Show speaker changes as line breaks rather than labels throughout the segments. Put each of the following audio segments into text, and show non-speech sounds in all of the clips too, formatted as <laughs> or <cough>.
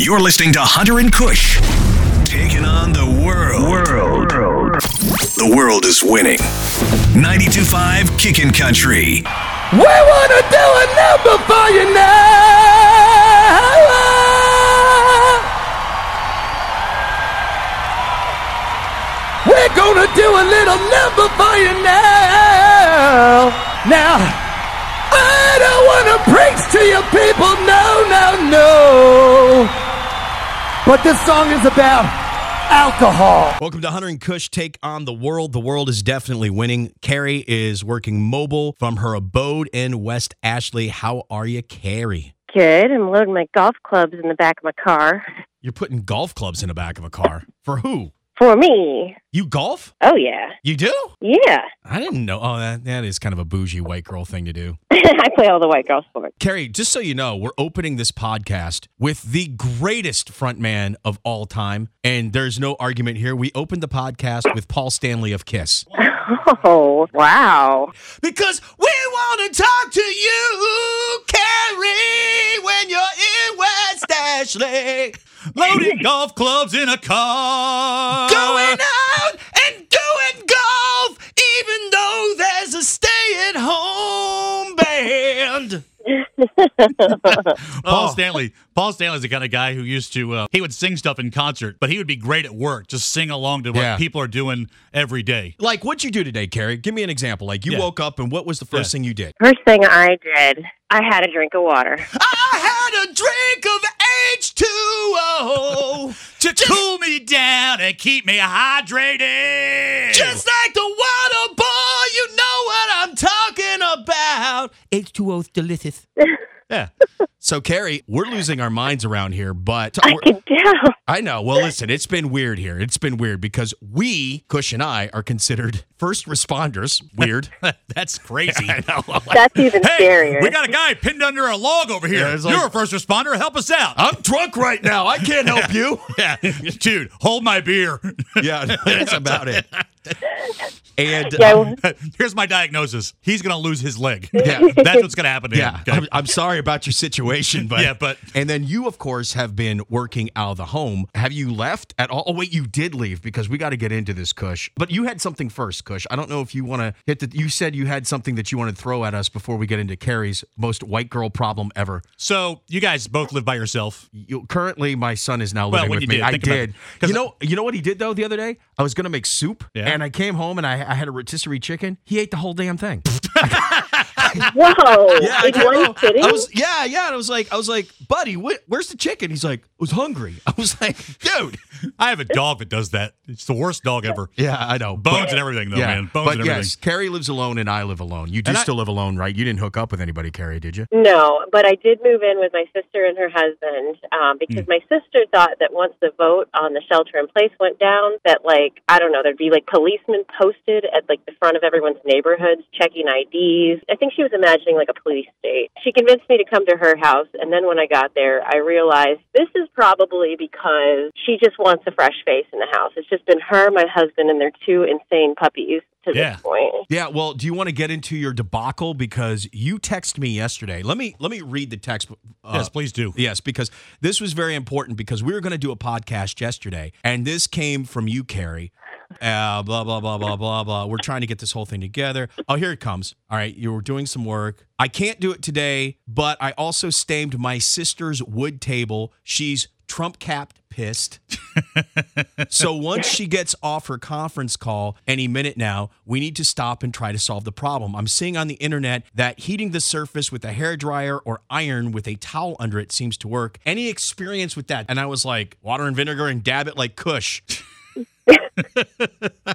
You're listening to Hunter and Kush. Taking on the world. World. The world is winning. 92.5 Kickin' Country.
We wanna do a number for you now. We're gonna do a little number for you now. Now, I don't wanna preach to you people, no, no, no. But this song is about alcohol.
Welcome to Hunter and Kush Take on the World. The world is definitely winning. Carrie is working mobile from her abode in West Ashley. How are you, Carrie?
Good. I'm loading my golf clubs in the back of my car. <laughs>
You're putting golf clubs in the back of a car. For who?
For me.
You golf?
Oh, yeah.
You do?
Yeah. <laughs>
I didn't know. Oh, that, that is kind of a bougie white girl thing to do.
I play all the white girl
<laughs>
sports.
Carrie, just so you know, we're opening this podcast with the greatest frontman of all time. And there's no argument here. We opened the podcast with Paul Stanley of Kiss.
Oh, wow.
Because we want to talk to you, Carrie, when you're in West Ashley. <laughs> Loading golf clubs in a car. Going out and doing golf, even though there's a stay at home band.
Paul
Oh.
Stanley. Paul Stanley's the kind of guy who used to uh, he would sing stuff in concert, but he would be great at work, just sing along to what
Yeah.
people are doing every day.
Like, what'd you do today, Carrie? Give me an example. Like, you
Yeah.
woke up and what was the first
Yeah.
thing you did?
First thing I did, I had a drink of water. <laughs>
I had a drink of H2O to
Cool me down and keep me hydrated.
Just like the water boy, you know what I'm talking about. H2O
<laughs>
delicious. yeah. So, Carrie, we're losing our minds around here, but
I could tell.
I know. Well, listen, it's been weird here. It's been weird because we, Cush and I, are considered first responders. Weird.
<laughs>
<laughs>
that's crazy.
That's even
Hey,
scarier.
we got a guy pinned under a log over here.
Yeah, it's like- Oh,
You're a first responder. Help us out. <laughs>
I'm drunk right now. I can't help you.
yeah, dude, hold my beer. <laughs>
yeah, that's about it. And <laughs>
yeah,
um,
well,
Here's my diagnosis. He's gonna lose his leg.
Yeah.
that's what's gonna happen to him.
Yeah,
Okay?
I'm, I'm sorry about your situation, but
<laughs> Yeah, but-
and then you, of course, have been working out of the home. Have you left at all? Oh, wait, you did leave because we got to get into this, Kush. But you had something first, Kush. I don't know if you want to hit the. You said you had something that you wanted to throw at us before we get into Carrie's most white girl problem ever.
So you guys both live by yourself.
You, currently, my son is now
Well,
living
when
with
you
me.
did,
I
think about
did.
it. 'Cause-
You know, you know what he did though the other day? I was gonna make soup,
Yeah.
and I came home and I, I had a rotisserie chicken. He ate the whole damn thing.
whoa.
<laughs> Yeah,
In
I don't know.
one sitting?
I was yeah, yeah. And I was like, I was like, buddy, what, where's the chicken? He's like, I was hungry. <laughs> I was like, dude.
I have a dog that does that. It's the worst dog ever.
Yeah, I know.
Bones and everything, though,
yeah,
man. Bones
but
and everything.
yes, Carrie lives alone and I live alone. You do
And I-
still live alone, right? You didn't hook up with anybody, Carrie, did you?
No, but I did move in with my sister and her husband um, because my sister thought that once the vote on the shelter in place went down, that like I don't know, there'd be like policemen posted at like the front of everyone's neighborhoods checking IDs. I think she was imagining like a police state. She convinced me to come to her house, and then when I got there, I realized this is probably because she just wants a fresh face in the house. It's just been her, my husband, and their two insane puppies to
Yeah.
this point.
Yeah, well, do you want to get into your debacle because you texted me yesterday? Let me let me read the text. Uh,
yes, please do.
Yes, because this was very important because we were going to do a podcast yesterday, and this came from you, Carrie. Uh, blah blah blah blah blah blah. We're trying to get this whole thing together. Oh, here it comes. All right, you were doing some work. I can't do it today, but I also stained my sister's wood table. She's Trump capped pissed. so once she gets off her conference call any minute now, we need to stop and try to solve the problem. I'm seeing on the internet that heating the surface with a hairdryer or iron with a towel under it seems to work. Any experience with that? And I was like, water and vinegar and dab it like Kush. <laughs>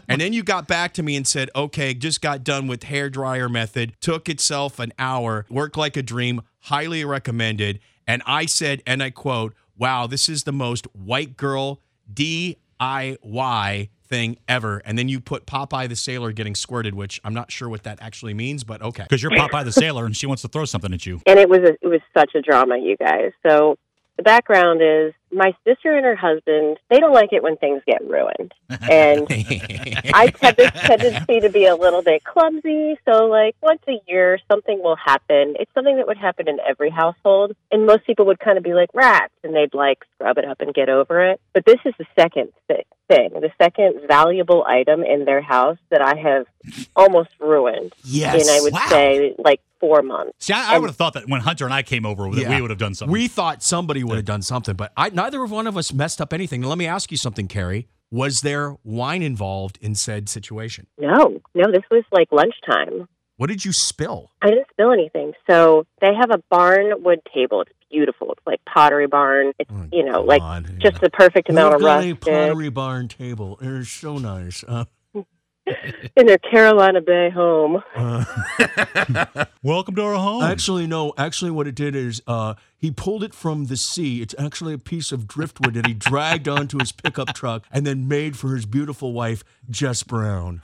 and then you got back to me and said, okay, just got done with hair dryer method, took itself an hour, worked like a dream, highly recommended. And I said, and I quote, wow, this is the most white girl DIY thing ever. And then you put Popeye the Sailor getting squirted, which I'm not sure what that actually means, but okay.
Because you're Popeye the Sailor and she wants to throw something at you.
and it was a, it was such a drama, you guys. So The background is my sister and her husband, they don't like it when things get ruined. And I have this tendency to be a little bit clumsy. So, like, once a year, something will happen. It's something that would happen in every household. And most people would kind of be like rats and they'd like scrub it up and get over it. But this is the second thi- thing, the second valuable item in their house that I have almost ruined
Yes.
in, I would
Wow.
say, like four months.
See, I, I would have thought that when Hunter and I came over, that
Oh. Yeah.
we would have done something.
We thought somebody would have done something, but I, neither of one of us messed up anything. Let me ask you something, Carrie. Was there wine involved in said situation?
No, no, this was like lunchtime.
What did you spill?
I didn't spill anything. So they have a barnwood table. It's beautiful. It's like pottery barn. It's
Oh,
you know
come
like
on, yeah.
just the perfect amount
We've
of
got
rust.
a
in-
pottery barn table. It's so nice. Uh,
In their Carolina Bay home.
uh,
Welcome to our home.
actually, no. Actually, what it did is uh, he pulled it from the sea. It's actually a piece of driftwood that he dragged onto his pickup truck and then made for his beautiful wife, Jess Brown.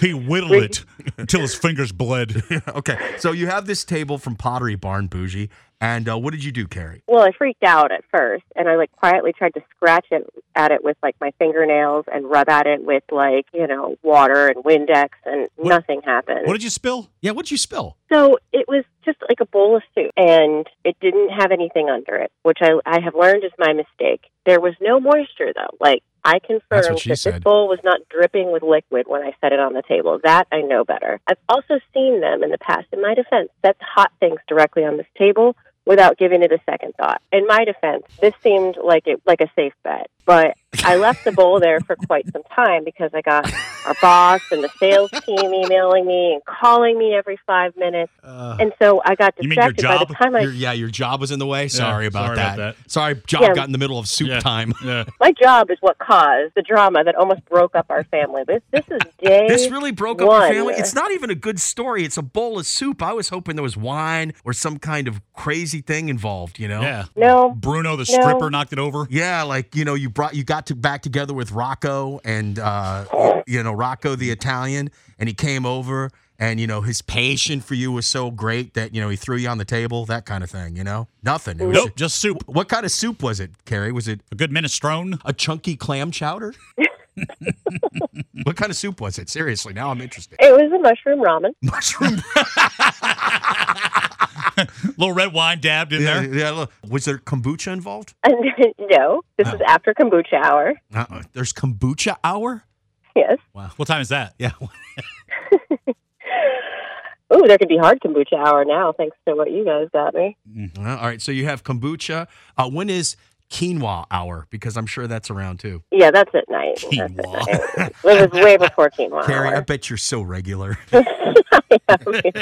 he whittled it till his fingers bled.
<laughs> okay, so you have this table from Pottery Barn, Bougie. And uh, what did you do, Carrie?
Well, I freaked out at first, and I like quietly tried to scratch it at it with like my fingernails and rub at it with like you know water and Windex, and nothing happened.
What did you spill?
Yeah, what'd you spill?
So it was just like a bowl of soup, and it didn't have anything under it, which I, I have learned is my mistake. There was no moisture, though. Like, I
That's
confirmed
what
that
she
this
said.
bowl was not dripping with liquid when I set it on the table. That I know better. I've also seen them in the past, in my defense, set hot things directly on this table without giving it a second thought. In my defense, this seemed like it like a safe bet, but I left the bowl there for quite some time because I got our boss and the sales team emailing me and calling me every 5 minutes.
Uh,
And so I got
You mean your
distracted by the
job?
time I
your, yeah, your job was in the way. Sorry, about,
sorry
that.
about that.
Sorry, job
Yeah.
got in the middle of soup
Yeah.
time.
Yeah.
my job is what caused the drama that almost broke up our family. This this is day
This really broke up
one.
your family. It's not even a good story. It's a bowl of soup. I was hoping there was wine or some kind of crazy thing involved, you know?
Yeah.
No.
Oh. Bruno the stripper knocked it over.
Yeah, like, you know, you brought you got to back together with Rocco and uh you know, Rocco the Italian and he came over and you know, his passion for you was so great that, you know, he threw you on the table, that kind of thing, you know? Nothing. It was
Nope, just soup.
What kind of soup was it, Carrie? Was it
A good minestrone.
a chunky clam chowder? what kind of soup was it? Seriously, now I'm
<laughs>
interested.
It was a mushroom ramen. <laughs>
Mushroom.
little red wine dabbed in
yeah,
there.
yeah, look. Was there kombucha involved?
And no, this is after kombucha hour.
Uh-uh. There's kombucha hour?
Yes.
What time is that?
Yeah.
Ooh, there could be hard kombucha hour now, thanks to what you guys got me.
Uh, All right. So you have kombucha. Uh, when is quinoa hour? Because I'm sure that's around too.
Yeah, that's at night. That's at
Quinoa.
night. It was way before quinoa.
Carrie, I
hour.
bet you're so regular.
<laughs> yeah,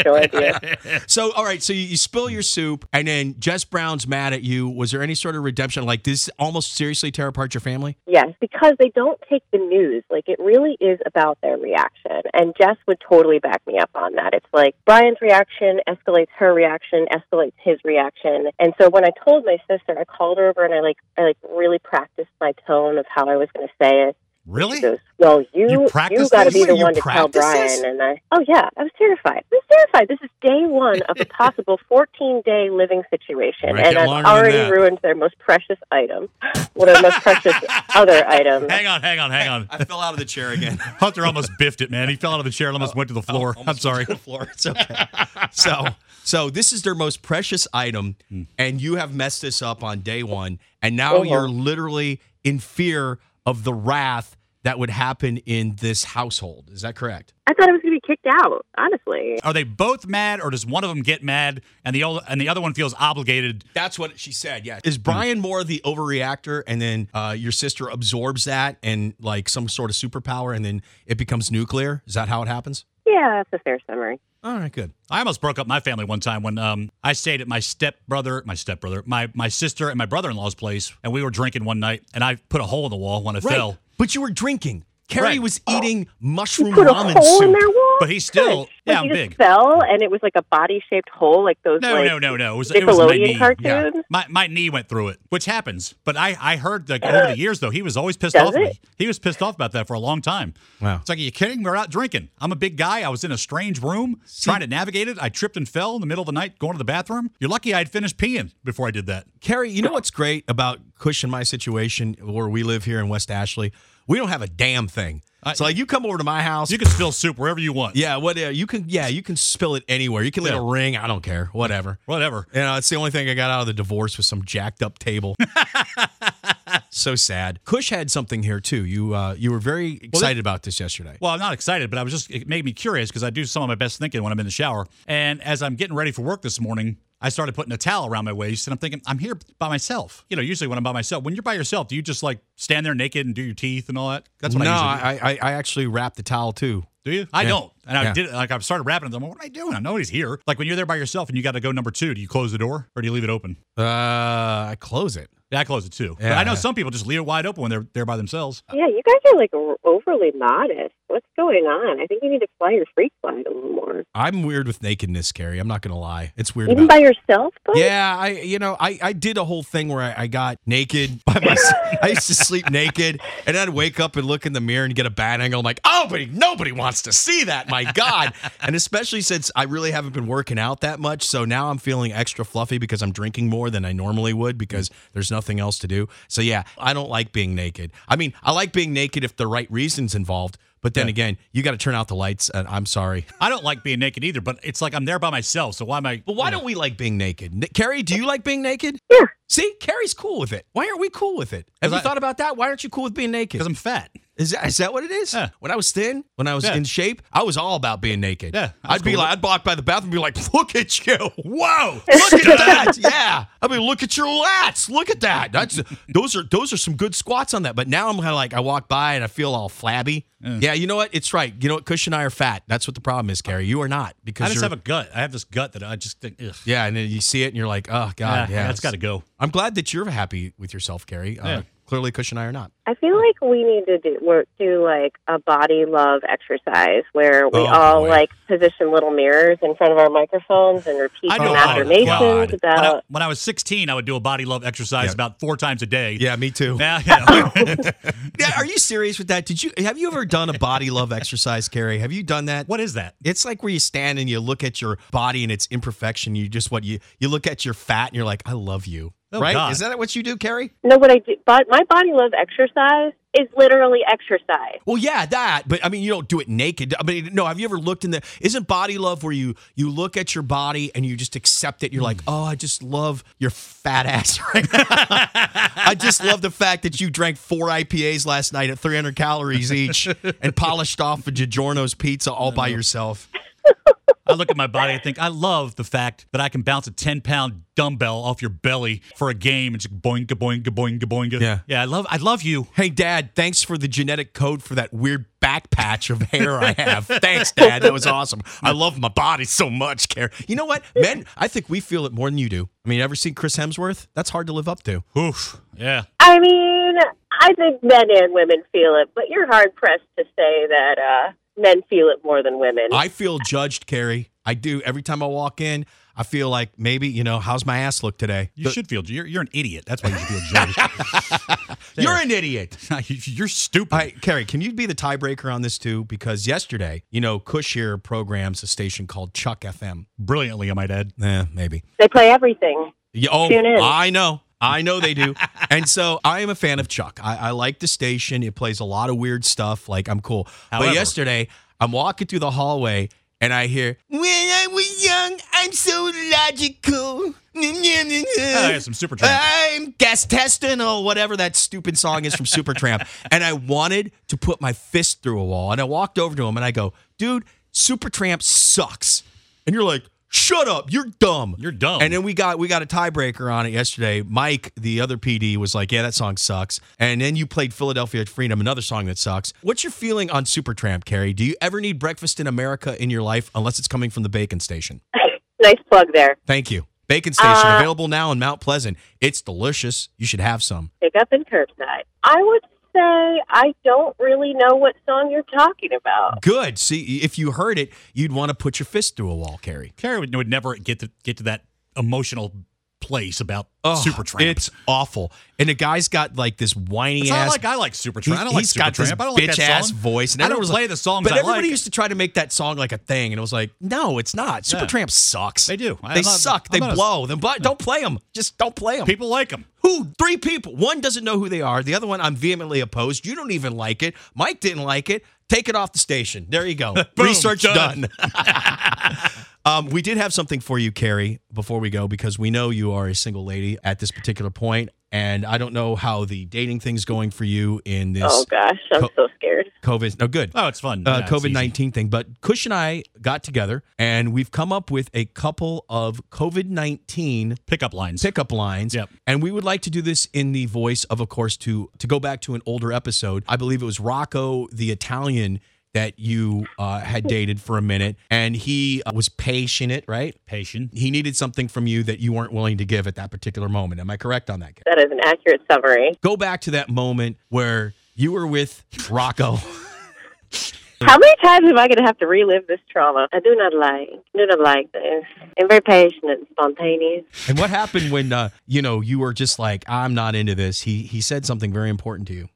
no idea.
<laughs> so, all right. So you, you spill your soup, and then Jess Brown's mad at you. Was there any sort of redemption? Like, this almost seriously tear apart your family?
Yes, because they don't take the news. Like, it really is about their reaction. And Jess would totally back me up on that. It's like Brian's reaction escalates her reaction, escalates his reaction. And so when I told my sister, I called her over and I like, I like really practiced my tone of how I was going to say it.
Really?
She goes, well, you,
You
you,
practiced
got to
this?
be the
You
one to tell
practiced this?
Brian. And I, oh yeah, I was terrified. I was terrified. This is day one of a
<laughs>
possible 14 day living situation.
Right, get
and I've
longer than
already
that.
ruined their most precious item. One of the most
<laughs>
precious other items.
Hang on, hang on, hang on.
I fell out of the chair again.
Hunter almost biffed it, man. He fell out of the chair and Oh, almost went to the floor. I'm sorry.
It's <laughs> okay. so, so this is their most precious item, and you have messed this up on day one, and now
Oh,
you're literally in fear of the wrath that would happen in this household. Is that correct?
I thought I was going to be kicked out, honestly.
Are they both mad, or does one of them get mad and the old, and the other one feels obligated?
That's what she said. Yeah. Is Brian more the overreactor, and then uh, your sister absorbs that and like some sort of superpower, and then it becomes nuclear? Is that how it happens?
Yeah, that's a fair summary.
All right, good.
I almost broke up my family one time when um, I stayed at my stepbrother, my stepbrother, my my sister and my brother in law's place, and we were drinking one night, and I put a hole in the wall when I fell.
But you were drinking. Carrie
Right.
was eating mushroom
Put a
ramen
hole in
soup.
their wall.
But he's still,
Like,
yeah, I'm
you
big.
Just fell, and it was like a body-shaped hole, like those.
No,
like,
no, no, no. It was, it was my
Nickelodeon
knee.
cartoons?
Yeah. My my knee went through it, which happens. But I I heard like over
<gasps>
the years though he was always pissed
Does
off. at
it?
me. He was pissed off about that for a long time.
Wow.
It's like, are you kidding? We're out drinking. I'm a big guy. I was in a strange room trying to navigate it. I tripped and fell in the middle of the night going to the bathroom. You're lucky I had finished peeing before I did that.
Carrie, you know what's great about Cush and my situation where we live here in West Ashley? We don't have a damn thing.
I-
so like you come over to my house.
You can spill soup wherever you want.
yeah, what uh, you can yeah, you can spill it anywhere. You can let
Yeah.
it ring, I don't care. <laughs> Whatever.
Whatever.
You know, it's the only thing I got out of the divorce was some jacked up <laughs> table. so sad. Cush had something here too. You uh, you were very excited about this yesterday.
Well, I'm not excited, but I was just it made me curious because I do some of my best thinking when I'm in the shower. And as I'm getting ready for work this morning, I started putting a towel around my waist, and I'm thinking, I'm here by myself. You know, usually when I'm by myself, when you're by yourself, do you just like stand there naked and do your teeth and all that? That's what
no,
I usually do.
I, I I actually wrapped the towel too.
Do you? I
Yeah.
don't. And I
Yeah.
did like I started rapping. I'm like, what am I doing? I know he's here. Like when you're there by yourself and you got to go number two, do you close the door or do you leave it open?
Uh, I close it.
Yeah, I close it too. But
Yeah.
I know some people just leave it wide open when they're there by themselves.
Yeah, you guys are like o- overly modest. What's going on? I think you need to fly your freak flag a little more.
I'm weird with nakedness, Carrie. I'm not gonna lie. It's weird.
Even
about-
by yourself, though?
yeah, I you know I, I did a whole thing where I, I got naked by <laughs> myself. I used to sleep naked, and I'd wake up and look in the mirror and get a bad angle. I'm like, oh, but nobody wants to see that. My God! and especially since I really haven't been working out that much, so now I'm feeling extra fluffy because I'm drinking more than I normally would because there's nothing else to do. So yeah, I don't like being naked. I mean, I like being naked if the right reason's involved. But then again, you got to turn out the lights, and I'm sorry. <laughs>
I don't like being naked either, but it's like I'm there by myself. So why am I?
But why don't we like being naked? N- Carrie, do you like being naked?
Yeah.
See, Carrie's cool with it. Why aren't we cool with it? Have you
I-
thought about that? Why aren't you cool with being naked?
Because I'm fat.
Is that, is that what it is?
Yeah.
When I was thin, when I was
Yeah.
in shape, I was all about being naked.
Yeah, I was
I'd be
cool
like,
with
I'd walk by the bathroom and be like, look at you. <laughs>
Whoa!
Look at
<laughs>
that. Yeah. I mean, look at your lats. Look at that. That's those are those are some good squats on that. But now I'm kind of like I walk by and I feel all flabby. Yeah, you know what? It's right. You know what? Cush and I are fat. That's what the problem is, Carrie. You are not because
I just
you're,
have a gut. I have this gut that I just think, ugh.
yeah, and then you see it and you're like, oh god,
Yeah,
yeah,
that's got to go.
I'm glad that you're happy with yourself, Carrie. Uh,
Yeah.
Clearly, Cush and I are not.
I feel like we need to do work do like a body love exercise where we
Oh,
all
boy.
like position little mirrors in front of our microphones and repeat
I
some
know.
affirmations
oh, God.
When I,
about.
when I was 16, I would do a body love exercise
Yeah.
about four times a day.
me too. <laughs>
Now, you know,
Yeah, are you serious with that? Did you have you ever done a body love exercise, Carrie? Have you done that?
<laughs> what is that?
It's like where you stand and you look at your body and its imperfection. You just what you you look at your fat and you're like, I love you.
Oh,
right?
God.
Is that what you do, Carrie?
No, what I do, but my body love exercise is literally exercise.
Well, yeah, that. But I mean, you don't do it naked. I mean, no. Have you ever looked in the? Isn't body love where you you look at your body and you just accept it? You're like, oh, I just love your fat ass <laughs> right now. I just love the fact that you drank four IPAs last night at 300 calories each and polished off a DiGiorno's pizza all by yourself.
I look at my body. I think I love the fact that I can bounce a 10 pound dumbbell off your belly for a game. It's just boing, boing, boing, boing.
Yeah.
yeah. I love, I love you.
Hey, Dad, thanks for the genetic code for that weird back patch of hair I have. thanks, Dad. That was awesome. I love my body so much, Care. You know what? Men, I think we feel it more than you do. I mean, ever seen Chris Hemsworth? That's hard to live up to.
Oof. Yeah.
I mean, I think men and women feel it, but you're hard pressed to say that uh, men feel it more than women.
I feel judged, Carrie. I do. Every time I walk in, I feel like maybe, you know, how's my ass look today?
You should feel, you're, you're an idiot. That's why you should feel
You're an idiot. <laughs>
judged. <laughs> you're stupid.
All right, Carrie, can you be the tiebreaker on this too? Because yesterday, you know, Cush here programs a station called Chuck FM.
Brilliantly, I might add.
Yeah, maybe.
they play everything. <laughs>
Yeah, oh,
Tune in.
I know. I know they do. <laughs> and so I am a fan of Chuck. I, I like the station. It plays a lot of weird stuff. Like, I'm cool.
However-
but yesterday, I'm walking through the hallway and I hear, When I was young, I'm so logical. <laughs>
I got some super
I'm gas testing or whatever that stupid song is from Supertramp.
<laughs>
and I wanted to put my fist through a wall. And I walked over to him and I go, dude, Supertramp sucks. And you're like, shut up, you're dumb.
You're dumb.
And then we got we got a tiebreaker on it yesterday. Mike, the other PD, was like, yeah, that song sucks. And then you played Philadelphia Freedom, another song that sucks. What's your feeling on Supertramp, Carrie? Do you ever need breakfast in America in your life unless it's coming from the bacon station?
Nice plug there.
Thank you. Bacon station
Uh,
available now in Mount Pleasant. It's delicious. You should have some.
Pick up and curbside. I would say I don't really know what song you're talking about.
Good. See, if you heard it, you'd want to put your fist through a wall, Carrie.
Carrie would, would never get to get to that emotional place about
Oh,
Supertramp.
It's awful. And the guy's got like this whiny
It's
ass.
not like I like Supertramp. I don't like
he's got this
Supertramp. I don't like
bitch
that
ass
song.
voice. And
I don't
everyone's
play
like-
the songs
But
I
everybody
like.
used to try to make that song like a thing, and it was like, no, it's not.
Yeah.
Supertramp sucks.
They do. I-
they
I'm not-
suck.
I'm
They
not a-
blow. Then, but don't play them. Just don't play them.
People like him.
Who? Three people. One doesn't know who they are. The other one, I'm vehemently opposed. You don't even like it. Mike didn't like it. Take it off the station. There you
<laughs>
go. Research done.
done.
<laughs> um, we did have something for you, Carrie, before we go, because we know you are a single lady at this particular point, and I don't know how the dating thing's going for you in this
Oh gosh, I'm
Co-
so scared.
COVID. No, good.
Oh, it's fun.
Uh,
Yeah, it's
COVID
easy.
19 thing, but Kush and I got together and we've come up with a couple of COVID 19
pickup lines.
pickup lines.
Yep.
And we would like to do this in the voice of, of course, to to go back to an older episode. I believe it was Rocco the Italian that you uh, had dated for a minute, and he uh, was patient, right? <laughs>
Patient.
He needed something from you that you weren't willing to give at that particular moment. Am I correct on that? Gary?
That is an accurate summary.
Go back to that moment where you were with Rocco. <laughs>
How many times am I going to have to relive this trauma? I do not like, do not like this. I'm very patient and spontaneous.
And what happened when uh, you know you were just like, I'm not into this. He he said something very important to you.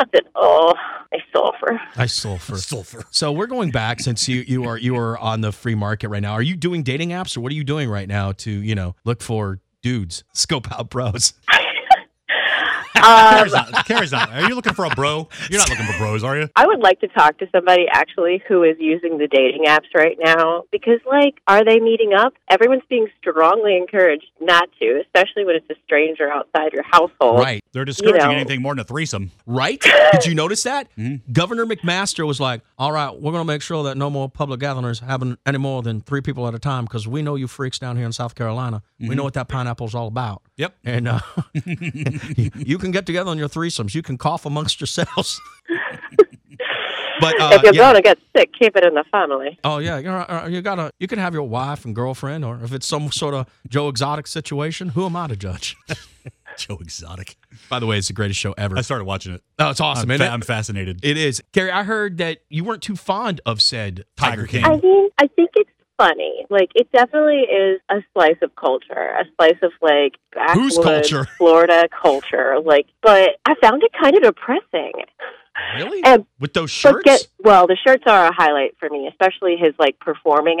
I said, oh, I sulfur.
I sulfur.
Sulfur.
So we're going back since you you are you are on the free market right now. Are you doing dating apps or what are you doing right now to you know look for dudes, scope out bros?
Um,
Carrie's not. Carrie's not. Are you looking for a bro? You're not looking for bros, are you?
I would like to talk to somebody actually who is using the dating apps right now because, like, are they meeting up? Everyone's being strongly encouraged not to, especially when it's a stranger outside your household.
Right,
They're discouraging
know.
anything more than a threesome. <laughs>
right. Did you notice that
Mm-hmm.
Governor McMaster was like, "All right, we're going to make sure that no more public gatherings happen any more than three people at a time because we know you freaks down here in South Carolina. We know what that pineapple's all about."
Mm-hmm. Yep.
And
<laughs>
uh, <laughs> you, you can get together on your threesomes. You can cough amongst
<laughs>
yourselves. but uh,
if you're
yeah.
going to get sick, keep it in the family.
Oh yeah, you're, uh, you gotta. You can have your wife and girlfriend, or if it's some sort of Joe Exotic situation, who am I to judge? <laughs>
Joe Exotic.
By the way, it's the greatest show ever.
I started watching it.
Oh, it's awesome,
I'm,
isn't
fa-
it?
I'm fascinated.
it is. Gary, I heard that you weren't too fond of said Tiger,
Tiger
King.
King.
I mean, I think it's funny. Like, it definitely is a slice of culture, a slice of like
Whose
backwoods
culture? <laughs>
Florida culture. Like, but I found it kind of depressing.
Really?
And
With those
but
shirts?
get- well, the shirts are a highlight for me, especially his like performing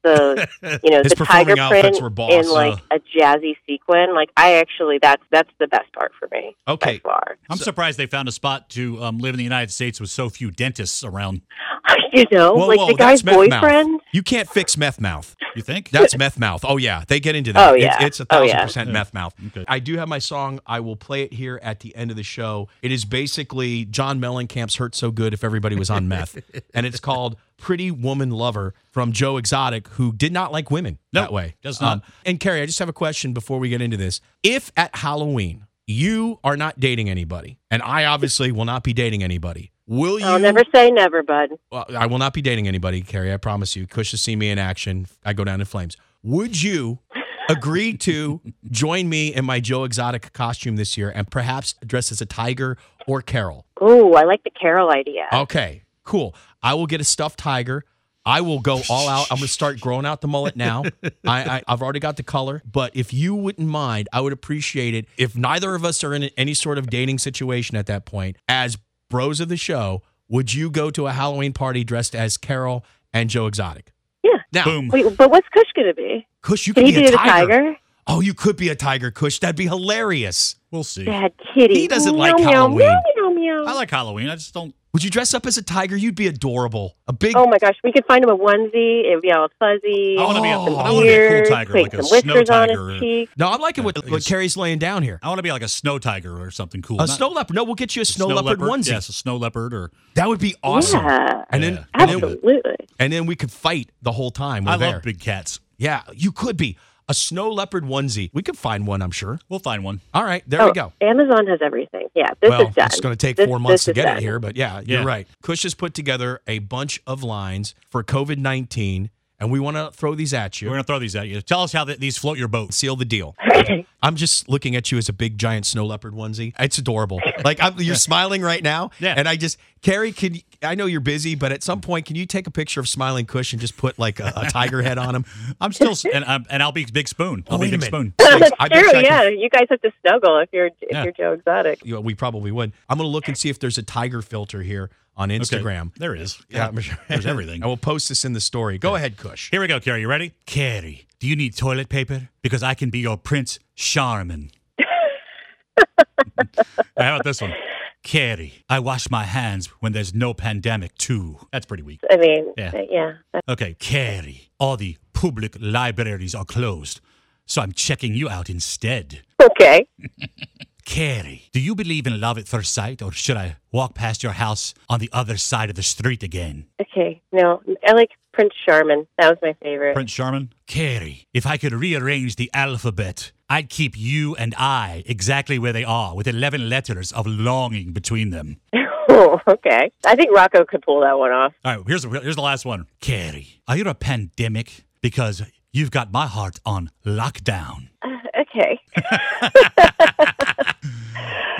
<laughs>
The you know
His
the
performing
tiger
outfits
print
were boss,
in like
uh.
a jazzy sequin. Like, I actually that's that's the best part for me.
Okay.
by far. <laughs>
I'm surprised they found a spot to um, live in the United States with so few dentists around.
you know,
Whoa,
like
whoa,
the guy's
that's meth mouth.
boyfriend.
You can't fix meth mouth.
You think?
That's meth mouth. Oh yeah, they get into that.
Oh,
It's-
yeah.
it's, a
Oh,
thousand
yeah.
percent meth mouth.
Okay.
I do have my song. I will play it here at the end of the show. It is basically John Mellencamp's "Hurt So Good" if everybody was on
<laughs>
meth, and it's called "Pretty Woman Lover" from Joe Exotic, who did not like women that
Nope,
way. Um,
does not.
and Carrie, I just have a question before we get into this. If at Halloween you are not dating anybody, and I obviously will not be dating anybody, will you?
I'll never say never, bud.
well, I will not be dating anybody, Carrie. I promise you. Kush has seen me in action. I go down in flames. Would you agree to join me in my Joe Exotic costume this year and perhaps dress as a tiger or Carol?
Ooh, I like the Carol idea.
Okay, cool. I will get a stuffed tiger. I will go all out. I'm going to start growing out the mullet now. I, I, I've already got the color, but if you wouldn't mind, I would appreciate it if neither of us are in any sort of dating situation at that point. As bros of the show, would you go to a Halloween party dressed as Carol and Joe Exotic?
Yeah.
Now,
Boom.
Wait, but what's Kush going to be?
Kush, you
Can
could
he
be
be
a
the
tiger.
tiger?
Oh, you could be a tiger, Kush. That'd be hilarious.
We'll see.
Bad kitty.
He doesn't
Meow,
like
meow,
Halloween.
Meow, meow, meow.
I like Halloween. I just don't.
Would you dress up as a tiger? You'd be adorable. A big
Oh my gosh, we could find him a onesie. It'd be all fuzzy.
I want to be a,
Oh.
I wanna be a
Ears,
cool tiger,
like
like a
some
snow
whiskers on his
tiger. or-
cheek.
No, I'm liking what,
I
what
guess-
Carrie's laying down here.
I want to be like a snow tiger or something cool.
A
Not-
snow leopard. No, we'll get you a snow, leopard, onesie.
Yes, a snow leopard or
That would be awesome.
Yeah.
And
Yeah.
then and then,
Absolutely.
and then we could fight the whole time. We're
I
there.
love big cats.
yeah, you could be a snow leopard onesie. We could find one, I'm sure.
We'll find one.
All right, there
oh,
we go.
Amazon has everything. Yeah, this
well,
is done.
it's going to take
This-
four months
this
to
is
get
<laughs> done.
it here, but yeah,
Yeah.
you're right. Cush has put together a bunch of lines for COVID 19, and we want to throw these at you.
We're going to throw these at you. Tell us how th- these float
<laughs>
your boat.
Seal the deal. I'm just looking at you as a big giant snow leopard onesie. It's
<laughs>
adorable. Like I'm, you're smiling right now,
Yeah.
and I just, Carrie, can you, I know you're busy, but at some point, can you take a picture of Smiling Cush and just put like a,
<laughs>
a tiger head on him?
I'm still, s- and, I'm, and I'll be Big Spoon. I'll
Oh,
be
wait a
Big
minute. <laughs>
Spoon.
I bet
True,
you I
yeah.
can-
You guys have to snuggle if you're if
Yeah.
you're Joe Exotic.
you know, we probably would. I'm going to look and see if there's a tiger filter here on Instagram.
Okay. There is.
<laughs> Yeah, I'm sure.
There's
<laughs>
everything.
I will post this in the story. Go ahead, Cush.
Here we go, Carrie. You ready? Carrie, do you need toilet paper? Because I can be your Prince
<laughs>
Charming. How about this one? Carrie, I wash my hands when there's no pandemic, too. That's pretty weak.
I mean,
Yeah.
but yeah.
Okay, Carrie, all the public libraries are closed, so I'm checking you out instead.
Okay.
Carrie, do you believe in love at first sight, or should I walk past your house on the other side of the street again?
Okay. No, I like Prince Charmin. That was my favorite.
Prince Charming? Carrie, if I could rearrange the alphabet, I'd keep you and I exactly where they are, with 11 letters of longing between them.
<laughs> Oh, okay. I think Rocco could pull that one off.
All right, here's, the- here's the last one. Carrie, are you a pandemic? Because you've got my heart on lockdown.
Okay.
All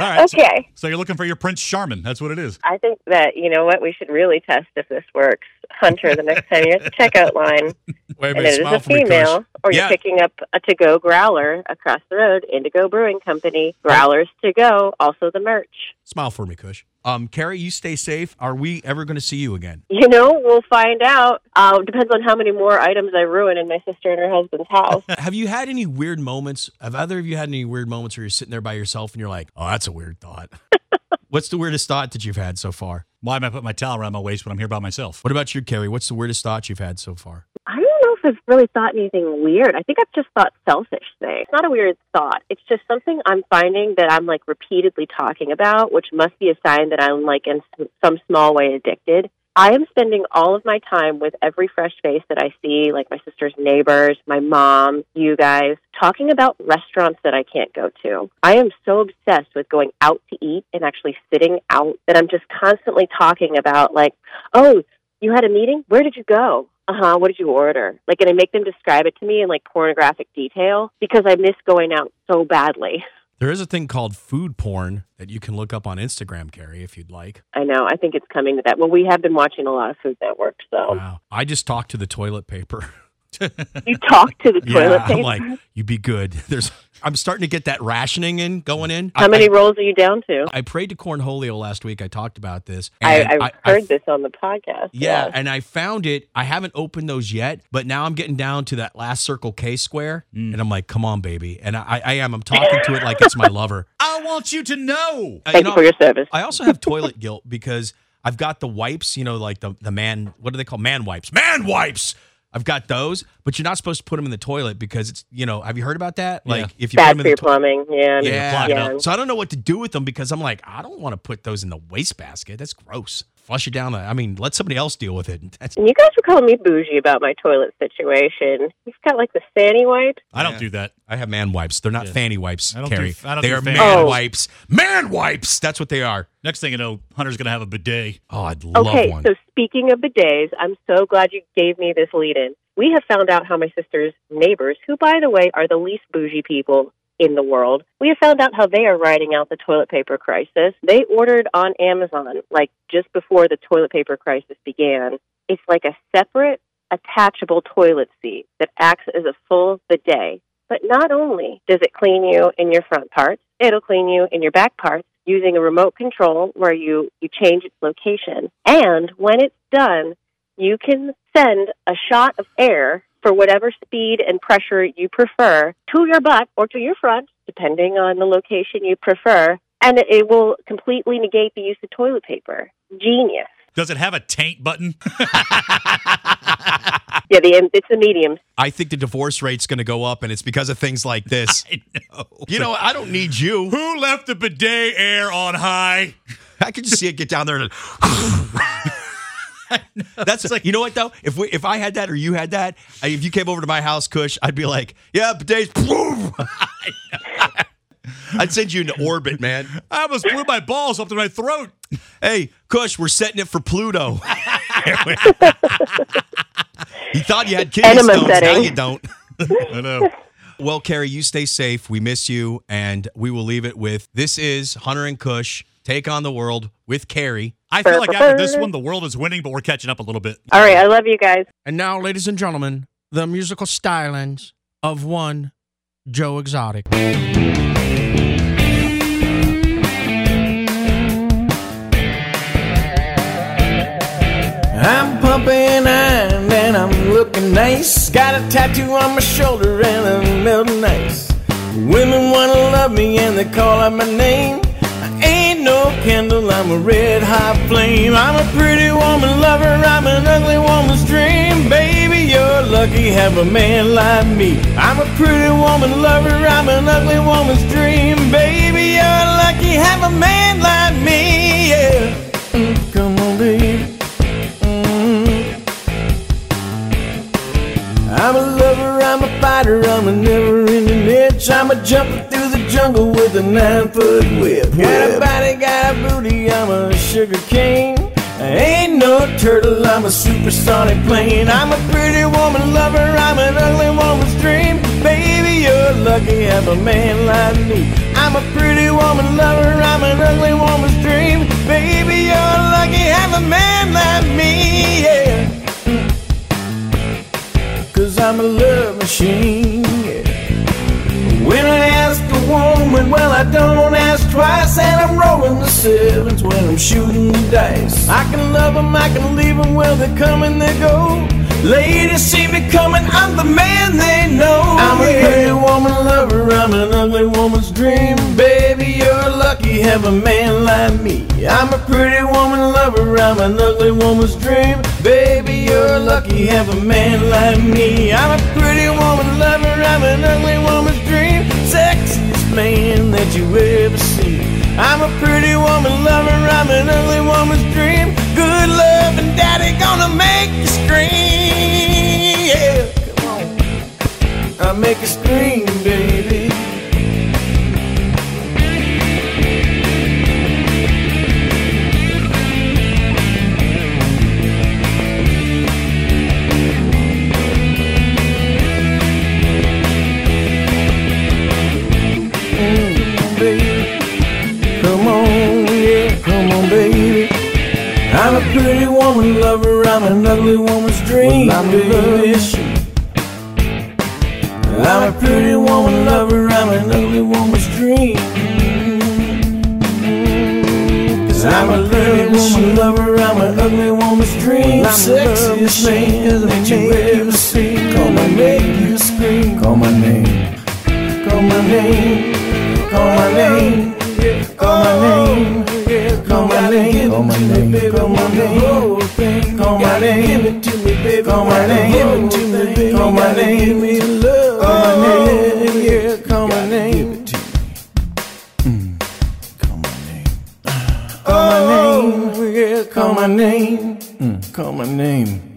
right. so-
Okay.
So you're looking for your Prince Charming. That's what it is.
I think that you know what we should really test if this works, Hunter. The next time you're at the checkout line
<laughs> Wait
and it is a female, or you're
Yeah.
picking up a to-go growler across the road, Indigo Brewing Company, growlers to go, also the merch.
Smile for me, Cush. Um, Carrie, you stay safe. Are we ever going to see you again?
You know, we'll find out. Uh, depends on how many more items I ruin in my sister and her husband's house.
Have you had any weird moments? Have either of you had any weird moments where you're sitting there by yourself and you're like, "Oh, that's a weird
<laughs>
thought." What's the weirdest thought that you've had so far?
Why am I putting my towel around my waist when I'm here by myself?
What about you, Carrie? What's the weirdest thought you've had so far?
I don't know if I've really thought anything weird. I think I've just thought selfish thing. It's not a weird thought. It's just something I'm finding that I'm like repeatedly talking about, which must be a sign that I'm like in s- some small way addicted. I am spending all of my time with every fresh face that I see, like my sister's neighbors, my mom, you guys, talking about restaurants that I can't go to. I am so obsessed with going out to eat and actually sitting out that I'm just constantly talking about, like, oh, you had a meeting? Where did you go? Uh huh. What did you order? Like, and I make them describe it to me in like pornographic detail because I miss going out so badly.
There is a thing called food porn that you can look up on Instagram, Carrie, if you'd like.
I know. I think it's coming to that. Well, we have been watching a lot of Food Network, so
Wow. I just talked to the toilet paper. <laughs>
you talk to the toilet
Uh, I'm
paper.
like, you be good. <laughs> There's, I'm starting to get that rationing in going in.
How
I,
many rolls are you down to?
I, I prayed to Cornholio last week. I talked about this.
I,
and
I, heard this on the podcast.
Yeah, Uh, and I found it. I haven't opened those yet, but now I'm getting down to that last Circle K square,
Mm.
and I'm like, "Come on, baby!" And I, I am. I'm talking to it like it's my
<laughs>
lover.
I want you to know.
Uh,
Thank you,
know,
for your service.
I also have toilet guilt because I've got the wipes, you know, like the the man. What do they call man wipes? Man wipes. I've got those, but you're not supposed to put them in the toilet because it's, you know, have you heard about that? Like if you put them
Bad for
in the
your
toilet.
plumbing. Yeah. I mean,
Yeah.
clog it up.
yeah.
So I don't know what to do with them because I'm like, I don't want to put those in the wastebasket. That's gross. Flush it down. The, I mean, let somebody else deal with it. <laughs> That's
And you guys were calling me bougie about my toilet situation. You've got like the fanny wipes.
I don't
Yeah.
do that.
I have man wipes. They're not fanny wipes,
I don't
Carrie.
do- I don't
they
do
are
fanny
man wipes.
wipes.
Man wipes. That's what they are.
Next thing you know, Hunter's going to have a bidet.
Oh, I'd love
Okay,
one.
so speaking of bidets, I'm so glad you gave me this lead in. We have found out how my sister's neighbors, who, by the way, are the least bougie people in the world, we have found out how they are riding out the toilet paper crisis. They ordered on Amazon, like just before the toilet paper crisis began. It's like a separate, attachable toilet seat that acts as a full bidet. But not only does it clean you in your front parts, it'll clean you in your back parts using a remote control where you, you change its location. And when it's done, you can send a shot of air for whatever speed and pressure you prefer to your butt or to your front, depending on the location you prefer. And it will completely negate the use of toilet paper. Genius.
Does it have a taint button? <laughs>
Yeah, the, it's the medium
I think the divorce rate's going to go up, and it's because of things like <laughs> this.
I know.
you know, I don't need you.
Who left the bidet air on high?
I could just see it get down <laughs> there. And That's like you know what though. If we, if I had that or you had that, I- if you came over to my house, Kush, I'd be like, yeah, <laughs> bidets. I'd send you into orbit, man.
I almost blew my balls up to my throat.
<laughs> Hey, Kush, we're setting it for Pluto. You thought you had kidney
Enema
stones. Now
setting.
you don't. <laughs>
I know.
Well, Carrie, you stay safe. We miss you, and we will leave it with this is Hunter and Cush take on the world with Carrie.
I feel like after this one, the world is winning, but we're catching up a little bit.
All right, I love you guys.
And now, ladies and gentlemen, the musical stylings of one Joe Exotic.
I'm pumping iron and I'm looking nice. Got a tattoo on my shoulder and I'm melting ice. Women wanna love me and they call out my name. I ain't no candle, I'm a red hot flame. I'm a pretty woman lover, I'm an ugly woman's dream. Baby, you're lucky have a man like me. I'm a pretty woman lover, I'm an ugly woman's dream. Baby, you're lucky have a man like me. Yeah. Mm, come on, baby. I'm a lover, I'm a fighter, I'm a never ending itch. I'm a jumper through the jungle with a nine foot whip. Got a body, got a booty, I'm a sugar cane. I ain't no turtle, I'm a supersonic plane. I'm a pretty woman lover, I'm an ugly woman's dream. Baby, you're lucky, have a man like me. I'm a pretty woman lover, I'm an ugly woman's dream. Baby, you're lucky, have a man like me, yeah. Cause I'm a love machine. yeah. When I ask a woman, well, I don't ask twice. And I'm rolling the sevens when I'm shooting the dice. I can love 'em, I can leave 'em, well, they come and they go. Ladies see me coming, I'm the man they know. I'm a pretty woman lover, I'm an ugly woman's dream. Baby, you're lucky, have a man like me. I'm a pretty woman lover, I'm an ugly woman's dream. Baby, you're lucky, have a man like me. I'm a pretty woman lover, I'm an ugly woman's dream. Sexiest man that you ever see. I'm a pretty woman lover, I'm an ugly woman's dream. Good love and daddy gonna make you scream. Yeah, come on. I make you scream, baby. baby. Come on, yeah, come on, baby. I'm a pretty woman lover, I'm an ugly woman's dream, I'm baby. I'm a pretty woman lover, I'm an ugly woman's dream. Cause I'm a pretty woman lover, I'm an ugly woman's dream. I'm sexiest man that you ever seen. Call my name, you scream. Call my name. Call my name. Call my name. Call my name. Call my name. Call my name. Call my name. Call my name. Give it to me, baby. Call my name. Give it to me, baby. Call my name. Give me love. Oh, Call my name. Yeah. Call my name. Give it to me. Call my name. Oh. Call my name. Yeah. Call my name. Call my name.